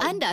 Anda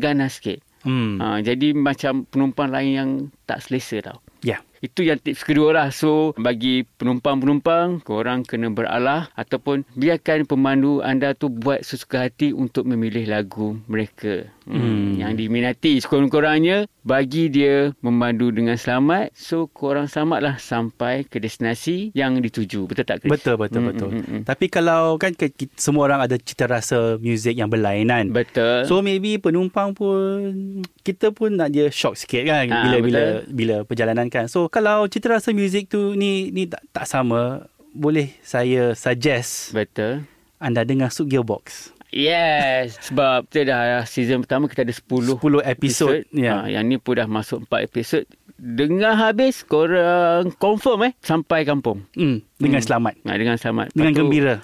ganas sikit. Hmm. Ha, jadi macam penumpang lain yang tak selesa tau. Ya. Yeah. Itu yang tips kedua lah. So, bagi penumpang-penumpang, korang kena beralah ataupun biarkan pemandu anda tu buat sesuka hati untuk memilih lagu mereka. Hmm. Hmm. Yang diminati. Sekurang-kurangnya, bagi dia memandu dengan selamat. So, korang selamatlah sampai ke destinasi yang dituju. Betul tak, Chris? Betul betul Hmm, betul. hmm, hmm, hmm. Tapi kalau kan ke- ki- semua orang ada cita rasa muzik yang berlainan. hmm. Betul. So, So maybe penumpang pun kita pun nak dia shock sikit kan Ah, bila bila betul. bila perjalanan kan. So kalau cita rasa muzik tu ni ni tak, tak sama, boleh saya suggest betul. anda dengar Sub Gearbox. Yes. Sebab kita dah season pertama kita ada 10 10 episod. Ya. Ha, yang ni pun dah masuk 4 episod. Dengar habis korang confirm eh sampai kampung. Hmm, dengan Hmm. selamat. Ha, dengan selamat. Lepas Dengan tu, gembira.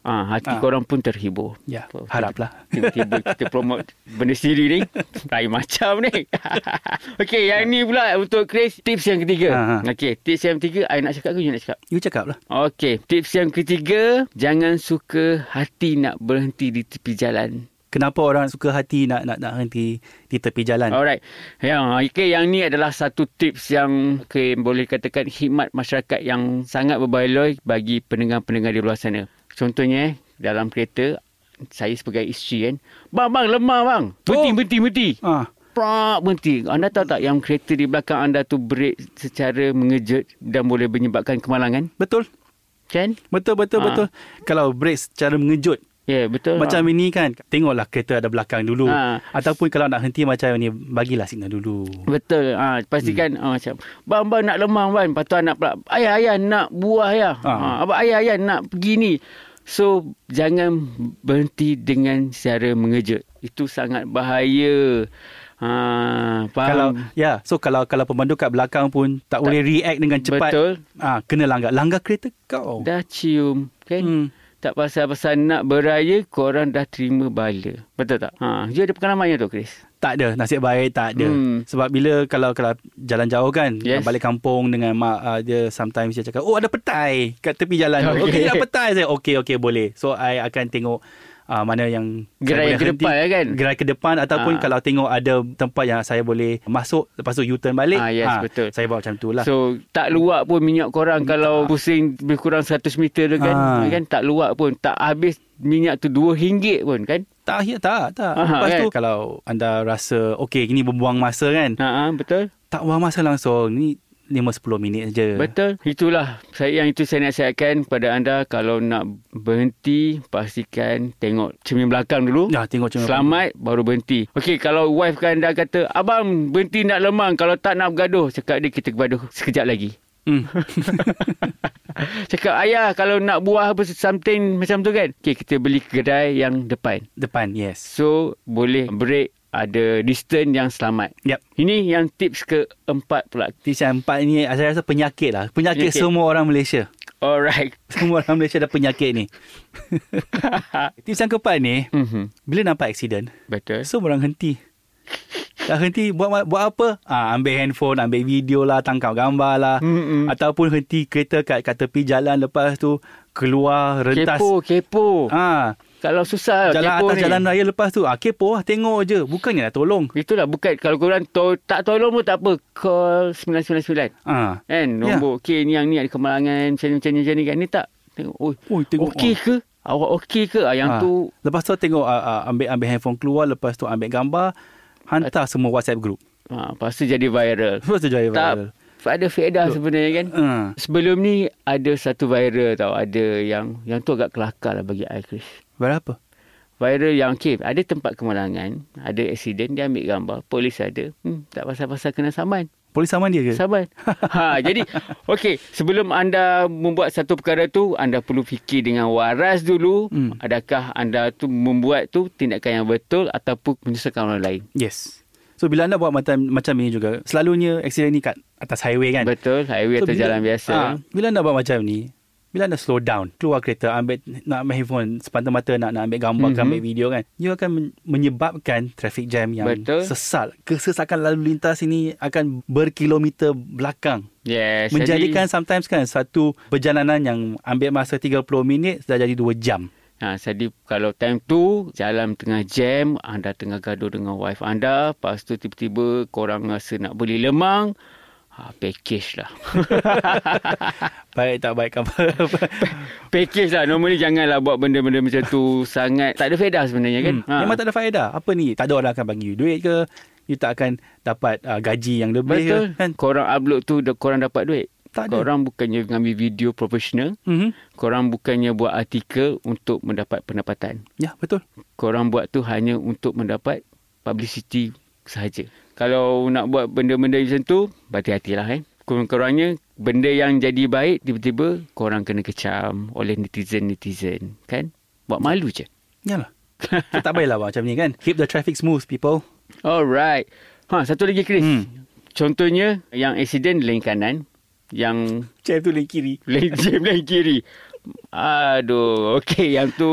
Ha, hati Ah. korang pun terhibur. Ya, Apa- haraplah. Tiba-tiba kita promote benda sendiri ni. Lain macam ni. Okey, yang ni pula untuk Chris. Tips yang ketiga. Ha, ha. Okey, tips yang ketiga. I nak cakap ke you nak cakap? You cakap lah. Okey, tips yang ketiga. Jangan suka hati nak berhenti di tepi jalan. Kenapa orang suka hati nak nak nak henti di tepi jalan? Alright. Yang okay, yang ni adalah satu tips yang okay, boleh katakan khidmat masyarakat yang sangat berbaloi bagi pendengar-pendengar di luar sana. Contohnya eh, dalam kereta saya sebagai isteri kan. Bang, bang, lemah bang. Berhenti, Oh. oh. berhenti, berhenti. Ah, Prak, berhenti. Anda tahu tak yang kereta di belakang anda tu break secara mengejut dan boleh menyebabkan kemalangan? betul. Kan? Betul betul Ah. betul. Kalau break secara mengejut Ya, yeah, betul. macam ini kan tengoklah kereta ada belakang dulu Ah. ataupun kalau nak henti macam ni bagilah signal dulu. Betul. Ha, pastikan hmm. ha, macam bang bang nak lemang bang. Lepas tu anak pula ayah ayah nak buah ya. Ah. Ha. abang ayah ayah nak pergi ni. So jangan berhenti dengan secara mengejut. Itu sangat bahaya. Ha, faham? Kalau ya, so kalau kalau pemandu kat belakang pun tak, boleh react dengan cepat. Betul. Ah, kena langgar. Langgar kereta kau. dah cium kan. Hmm. Hmm. Tak pasal-pasal nak beraya korang dah terima bala. Betul tak? Ha, dia ada pengalamannya tu Chris. Tak ada nasib baik tak ada. Hmm. Sebab bila kalau kalau jalan jauh kan Yes. balik kampung dengan mak uh, dia sometimes dia cakap oh ada petai kat tepi jalan. Okey okay, Okay. ada petai saya. Okey okey boleh. So I akan tengok uh, mana yang saya Gerai boleh ke henti. depan, ya kan? Gerai ke depan ataupun Ah. kalau tengok ada tempat yang saya boleh masuk lepas tu U-turn balik. Ah, yes, Ah, betul. Saya buat macam tu lah. So tak luak pun minyak korang kalau pusing lebih kurang 100 meter tu kan, Ah. kan tak luak pun tak habis minyak tu RM2 pun kan. tak ya, tak tak. Aha, lepas kan? tu kalau anda rasa okey ini berbuang masa kan. Ha ah, betul. Tak buang masa langsung. Ni 5-10 minit je. Betul. Itulah saya yang itu saya nasihatkan kepada anda kalau nak berhenti pastikan tengok cermin belakang dulu. Ya, tengok macam Selamat baru berhenti. Okey kalau wife kan anda kata abang berhenti nak lemang kalau tak nak bergaduh cakap dia kita bergaduh sekejap lagi. Hmm. Cakap ayah kalau nak buah apa something macam tu kan. Okay, kita beli kedai yang depan. Depan, yes. So boleh break ada distance yang selamat. Yap. Ini yang tips keempat pula. Tips yang empat ni saya rasa penyakit lah. Penyakit, Penyakit. semua orang Malaysia. Alright. Semua orang Malaysia ada penyakit ni. Tips yang keempat ni, Mhm. bila nampak aksiden, Betul. semua orang henti. Dah henti buat buat apa? Ah ambil handphone, ambil video lah, tangkap gambar lah. Mm-mm. Ataupun henti kereta kat kat tepi jalan lepas tu keluar rentas. Kepo, kepo. Ah, Kalau susah jalan kepo atas Eh, ni. jalan raya lepas tu ah kepo lah, tengok je. Bukannya nak tolong. Itulah bukan kalau korang to, tak tolong pun tak apa. Call 999. Ah. Kan? Nombor okey ni yang ni ada kemalangan macam ni macam ni macam ni kan. Ni tak. Tengok. Oi. Oi, tengok. Okey ke? Awak okey ke? Ah, yang Ah. tu Lepas tu tengok ah, ah, ambil ambil handphone keluar lepas tu ambil gambar hantar semua WhatsApp group. ah, pasti jadi viral. Lepas tu jadi viral. Tak ada faedah sebenarnya kan. Ah. Sebelum ni ada satu viral tau. Ada yang yang tu agak kelakar lah bagi I Chris. Berapa? Viral yang okay, ada tempat kemalangan, ada aksiden, dia ambil gambar, polis ada. Hmm, tak pasal-pasal kena saman. Polis saman dia ke? Saman. ha, jadi okey, sebelum anda membuat satu perkara tu, anda perlu fikir dengan waras dulu, Hmm. adakah anda tu membuat tu tindakan yang betul ataupun menyusahkan orang lain. Yes. So bila anda buat macam macam ini juga, selalunya aksiden ni kat atas highway kan. Betul, highway So, atau jalan biasa. kan? Ah, bila anda buat macam ni, bila anda slow down, keluar kereta, ambil nak ambil handphone, sepantang mata nak nak ambil gambar mm-hmm. Mhm. ke ambil video kan, you akan men- menyebabkan traffic jam yang Betul. sesat. Kesesakan lalu lintas ini akan berkilometer belakang. Yes. Menjadikan sometimes kan satu perjalanan yang ambil masa 30 minit sudah jadi 2 jam. Ha, jadi kalau time tu jalan tengah jam, anda tengah gaduh dengan wife anda, lepas tu tiba-tiba korang rasa nak beli lemang, ha, package lah. Baik tak baik apa. package lah. Normally janganlah buat benda-benda macam tu sangat. Tak ada faedah sebenarnya kan. Kan? Hmm. Memang tak ada faedah. Apa ni? Tak ada orang akan bagi you duit ke? You tak akan dapat uh, gaji yang lebih Betul. ke? Kan? Korang upload tu, dah- korang dapat duit. Tak ada. korang bukannya ngambil video profesional. Mm-hmm. Korang bukannya buat artikel untuk mendapat pendapatan. Ya, betul. korang buat tu hanya untuk mendapat publicity sahaja. Kalau nak buat benda-benda macam tu, berhati-hatilah kan. Kurang-kurangnya, benda yang jadi baik, tiba-tiba korang kena kecam oleh netizen-netizen. Kan? Buat malu je. Yalah. so, tak baiklah buat macam ni kan. Keep the traffic smooth, people. Alright. Ha, satu lagi, Chris. Hmm. Hmm. Contohnya, yang accident lane kanan, yang Macam tu link kiri. lane jam lane kiri. Aduh, okay. Yang tu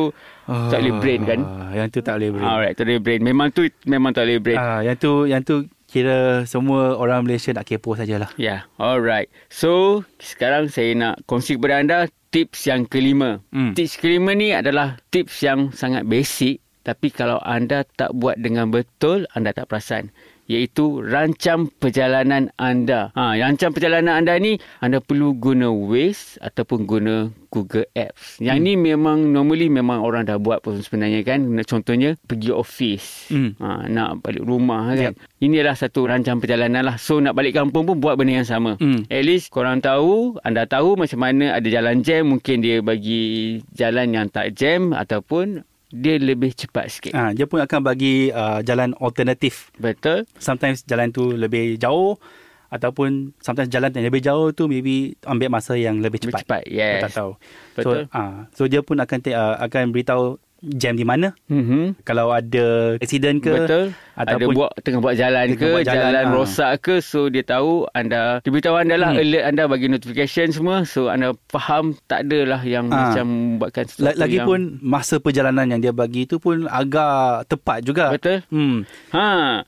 tak boleh brain kan? Yang tu tak boleh Ah. brain. Alright, tak boleh brain. Memang tu memang tak boleh brain. Ah, yang tu yang tu kira semua orang Malaysia nak kepo sajalah. Ya, yeah, alright. So, sekarang saya nak kongsi kepada anda tips yang kelima. Hmm. Tips kelima ni adalah tips yang sangat basic tapi kalau anda tak buat dengan betul, anda tak perasan. Iaitu rancang perjalanan anda. Ha, rancang perjalanan anda ni, anda perlu guna Waze ataupun guna Google Apps. Hmm. Yang ni memang, normally memang orang dah buat pun sebenarnya kan. Contohnya, pergi office. Hmm. Ha, nak balik rumah kan. Ini adalah satu rancang perjalanan lah. So, nak balik kampung pun buat benda yang sama. Hmm. At least korang tahu, anda tahu macam mana ada jalan jam. Mungkin dia bagi jalan yang tak jam ataupun dia lebih cepat sikit. Ah, dia pun akan bagi uh, jalan alternatif. Betul? Sometimes jalan tu lebih jauh ataupun sometimes jalan yang lebih jauh tu maybe ambil masa yang lebih Lebih cepat. cepat, yes. Tak tahu. Betul. So, ah, so dia pun akan te- ah, akan beritahu jam di mana. Mm-hmm. Kalau ada aksiden ke Betul. Ada ataupun buat tengah buat jalan Tengah ke, buat jalan, jalan, ah. rosak ke, so dia tahu anda diberitahu anda lah Hmm. alert anda bagi notification semua, so anda faham tak adalah yang Ah. macam buatkan sesuatu La- lagi yang pun masa perjalanan yang dia bagi tu pun agak tepat juga. betul. Hmm. Ha,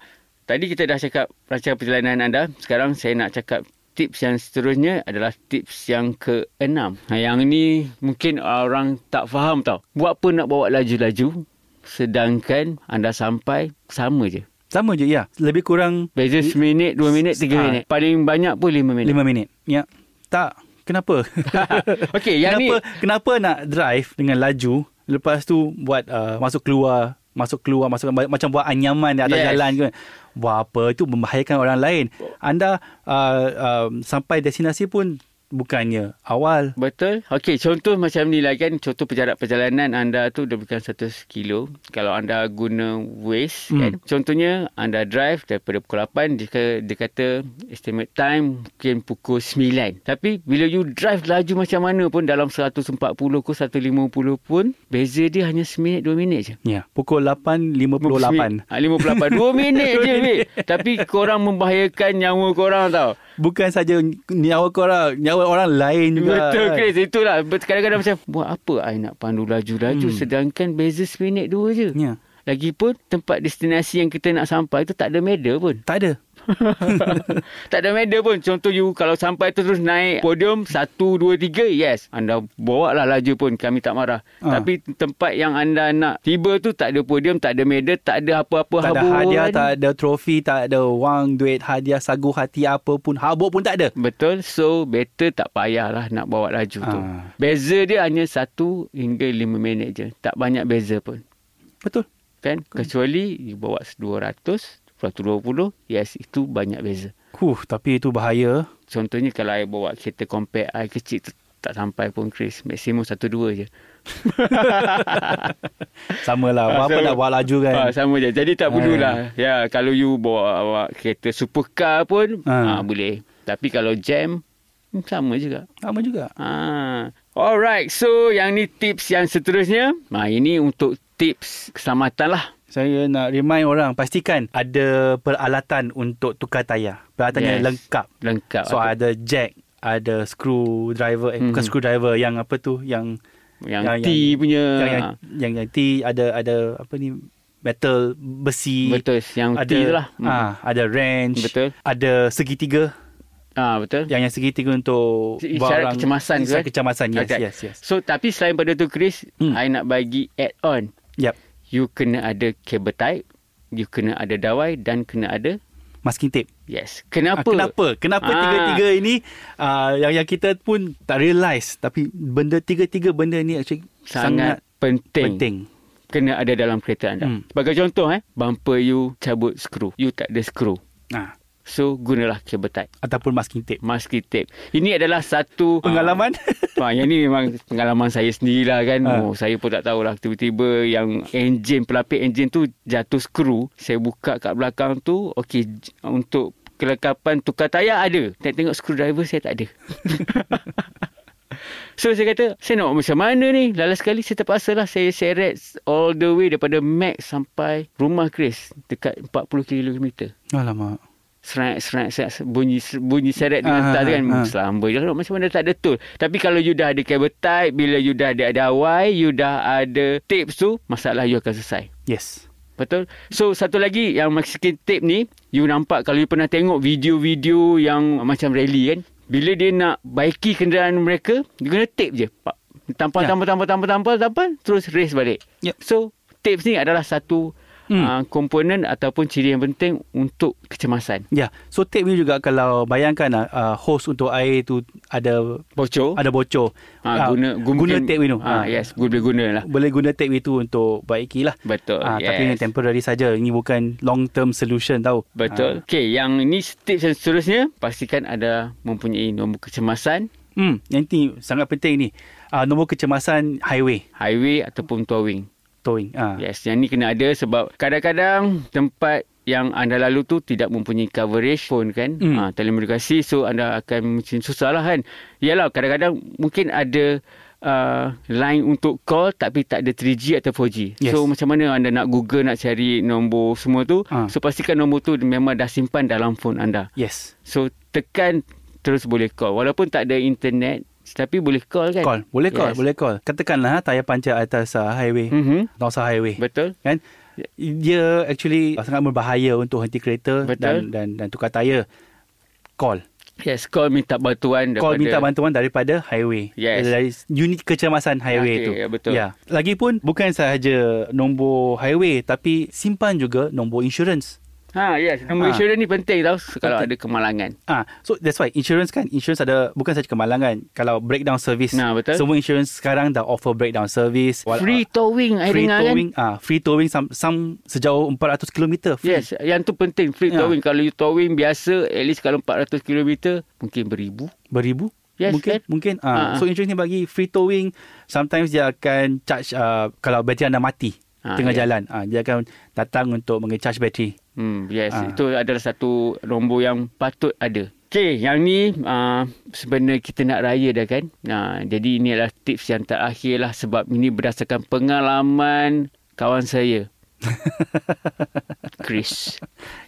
tadi kita dah cakap rancangan perjalanan anda. Sekarang saya nak cakap tips yang seterusnya adalah tips yang keenam. Ha, yang ni mungkin orang tak faham tau. Buat apa nak bawa laju-laju sedangkan anda sampai sama je. Sama je ya. Lebih kurang Beza seminit, dua minit, tiga Ah. minit. Paling banyak pun lima minit. 5 minit. Ya. Tak. Kenapa? Okey, yang kenapa, ni kenapa nak drive dengan laju lepas tu buat uh, masuk keluar masuk keluar masuk macam buat anyaman di atas Yes. jalan ke buat apa tu membahayakan orang lain anda uh, um, sampai destinasi pun bukannya awal. Betul. Okey, contoh macam ni lah kan. Contoh perjarak perjalanan anda tu dia bukan 100 kilo. Kalau anda guna Waze hmm. Hmm. kan. Contohnya anda drive daripada pukul 8 dia, dia kata estimate time mungkin pukul 9. Tapi bila you drive laju macam mana pun dalam 140 ke 150 pun beza dia hanya seminit dua minit je. Ya, pukul 8.58. Ah, 58 2 minit je weh. Tapi korang membahayakan nyawa korang tau Bukan saja nyawa korang, nyawa orang lain juga. Betul kan. Chris Itulah Kadang-kadang macam Buat apa I nak pandu laju-laju Hmm. hmm. Sedangkan beza seminit dua je Ya. Lagipun tempat destinasi yang kita nak sampai tu tak ada meda pun. Tak ada. tak ada meda pun. Contoh you kalau sampai tu terus naik podium 1, 2, 3 yes. Anda bawa lah laju pun kami tak marah. Ah. Tapi tempat yang anda nak tiba tu tak ada podium, tak ada meda, tak ada apa-apa kan? Tak ada habuan. hadiah, tak ada trofi, tak ada wang, duit, hadiah, sagu, hati, apa pun. Habuk pun tak ada. Betul. So, better tak payahlah nak bawa laju tu. Ah. Beza dia hanya 1 hingga 5 minit je. Tak banyak beza pun. Betul. Kan? Kecuali you bawa 200, 120, yes, itu banyak beza. Huh, tapi itu bahaya. Contohnya kalau I bawa kereta compact, I kecil tu tak sampai pun Chris. Maksimum 1-2 je. Sama lah. Apa-apa sama. nak buat laju kan. Ah, sama je. Jadi tak perlulah. Ya, kalau you bawa, bawa kereta supercar pun, Ah. ah. boleh. Tapi kalau jam, hmm, sama juga. Sama juga. Ah. Alright, so yang ni tips yang seterusnya. Nah, ini untuk tips keselamatan lah. Saya nak remind orang, pastikan ada peralatan untuk tukar tayar. Peralatannya yes. Yes. lengkap. Lengkap. So Apa- ah, ada jack, ada screwdriver, eh, mm-hmm. bukan Mhm. screwdriver yang apa tu yang yang, yang- T punya. Ah, yang yang, yang, yang T ada ada apa ni metal besi. betul, yang Ada T tu lah. Hmm. ah, ada wrench. Betul. Ada segitiga. Ah, betul. Yang yang segitiga untuk Isyarat kecemasan tu, Ya. Isyarat eh? kecemasan. Yes, Okay. yes, yes. So, tapi selain pada tu Chris, Hmm. I nak bagi add on. Yep. You kena ada cable tie, you kena ada dawai dan kena ada Masking tape. Yes. Ah, Kenapa? Kenapa? Kenapa Ah. tiga-tiga ini ah, yang yang kita pun tak realise tapi benda tiga-tiga benda ni actually Sangat, sangat, penting. penting. Kena ada dalam kereta anda. Hmm. Sebagai contoh eh, bumper you cabut skru. You tak ada skru. Ah, So, gunalah cable tie. ataupun masking tape. Masking tape. Ini adalah satu Pengalaman? Ha, yang ni memang pengalaman saya sendirilah kan. Ha. Ha. Oh, saya pun tak tahulah tiba-tiba yang enjin pelapik enjin tu jatuh skru. Saya buka kat belakang tu, okey j- untuk kelengkapan tukar tayar ada. Tak tengok screwdriver saya tak ada. So saya kata Saya nak buat macam mana ni Lala sekali saya terpaksa lah Saya seret All the way daripada Mac Sampai rumah Chris Dekat 40km Alamak. serak serak serak serak, bunyi bunyi seret dengan Ah, uh, tas tu kan ah. uh. selamba je Kalau macam mana tak ada tool tapi kalau you dah ada cable tie bila you dah ada dawai you dah ada tapes tu masalah you akan selesai Yes. betul so satu lagi yang Mexican tape ni you nampak kalau you pernah tengok video-video yang macam rally kan bila dia nak baiki kenderaan mereka dia guna tape je pak tampal Ya. tampal tampal tampal tampal tampal terus race balik Yep. so tapes ni adalah satu hmm. Hmm. uh, komponen ataupun ciri yang penting untuk kecemasan Ya, yeah. so tape ni juga kalau bayangkan ah, ah, hose untuk air tu ada bocor ada bocor. Ha, Ah, guna guna, guna tape ni tu. Ha, Ah. yes, guna boleh guna lah. Boleh guna tape itu untuk baiki lah. Betul. Ah, yes. Tapi ini temporary saja. Ini bukan long term solution tau. ah. Betul. Okey, yang ni tips yang seterusnya pastikan ada mempunyai nombor kecemasan Ah, Hmm, yang ni sangat penting ni. Ah, nombor kecemasan highway highway ataupun towing. towing. Ah. Yes, yang ni kena ada sebab kadang-kadang tempat yang anda lalu tu tidak mempunyai coverage phone kan. Hmm. Hmm. Ha, telekomunikasi so anda akan mungkin susah lah kan. Yalah kadang-kadang mungkin ada uh, line untuk call tapi tak ada 3G atau 4G. Yes. So macam mana anda nak Google nak cari nombor semua tu. Ah. So pastikan nombor tu memang dah simpan dalam phone anda. Yes. So tekan terus boleh call. Walaupun tak ada internet tapi boleh call kan. Call. Boleh Yes. call, boleh call. Katakanlah ah, tayar panca atas ah, highway. Hmm. Mhm. North highway. Betul. kan dia actually sangat berbahaya untuk henti kereta dan Betul. dan dan tukar tayar call Yes, call minta bantuan daripada call minta bantuan daripada highway Yes. dari unit kecemasan highway Okey, tu ya, betul. ya lagipun bukan sahaja nombor highway tapi simpan juga nombor insurance Ha, yes. Nombor Ha. ha. insurans ni penting tau se- kalau Penting. ada kemalangan. Ah, so that's why insurance kan insurance ada bukan saja kemalangan kalau breakdown service Nah, betul. semua insurance sekarang dah offer breakdown service Wal- Free towing, I free dengar towing ah free towing some, some sejauh 400 km kan? Yes, yang tu penting. Free Ya. towing. Kalau you towing biasa, at least kalau 400 km, mungkin beribu. beribu Yes, mungkin kan? mungkin Ah. ah. so insurans ni bagi free towing sometimes dia akan charge uh, kalau bateri anda mati Ah, tengah yes. jalan ah, dia akan datang untuk mengecharge bateri Hmm, yes, Ah. ha. itu adalah satu nombor yang patut ada. Okey, yang ni uh, sebenarnya kita nak raya dah kan. Uh, jadi ini adalah tips yang terakhir lah sebab ini berdasarkan pengalaman kawan saya. Chris.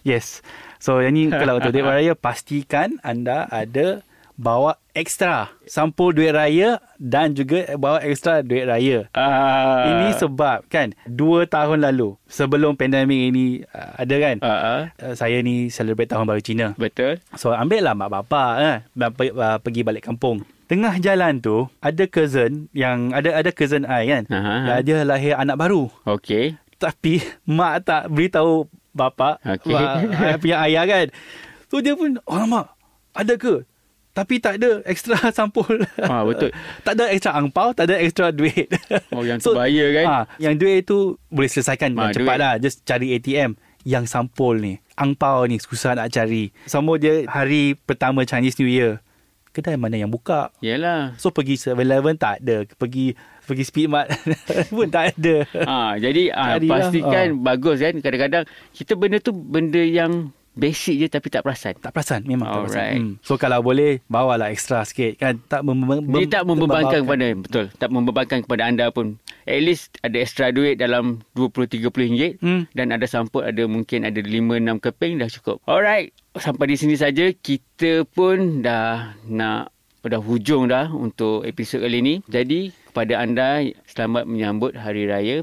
yes so yang ni kalau untuk duit raya pastikan anda ada bawa ekstra sampul duit raya dan juga bawa ekstra duit raya Uh, Ini sebab kan dua tahun lalu sebelum pandemik ini uh, ada kan Uh, uh, uh, saya ni celebrate tahun baru Cina. betul. So ambil lah mak bapak eh, ba- pe- uh, pergi balik kampung. Tengah jalan tu ada cousin yang ada ada cousin I kan. Aha. Uh-huh. Dia lahir anak baru. Okey. Tapi mak tak beritahu bapak Okey. okay. punya ayah kan. So dia pun alamak ada ke? Tapi tak ada extra sampul. Ah, betul. tak ada extra angpau, tak ada extra duit. Oh, yang sebaya kan? Ah, yang duit tu boleh selesaikan Ah, dengan cepat duit. lah. Just cari ATM. Yang sampul ni, angpau ni susah nak cari. Sama dia hari pertama Chinese New Year. Kedai mana yang buka? Yalah. So pergi 7-Eleven tak ada. Pergi pergi Speedmart pun tak ada. Ah, jadi ah, Carilah. pastikan bagus kan. Kadang-kadang kita benda tu benda yang basic je tapi tak perasan. Tak perasan memang tak perasan. Alright. Hmm. So kalau boleh bawalah extra sikit kan tak mem- mem- Dia tak membebankan kepada membawakan. betul, tak membebankan kepada anda pun. At least ada extra duit dalam 20 30 ringgit hmm. Hmm. dan ada sampul ada mungkin ada 5 6 keping dah cukup. Alright, sampai di sini saja kita pun dah nak dah hujung dah untuk episod kali ni. Jadi kepada anda selamat menyambut hari raya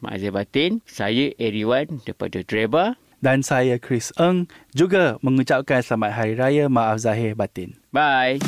Mak Azir Batin. Saya Eriwan daripada Dreba. dan saya Chris Eng juga mengucapkan selamat hari raya maaf zahir batin. Bye.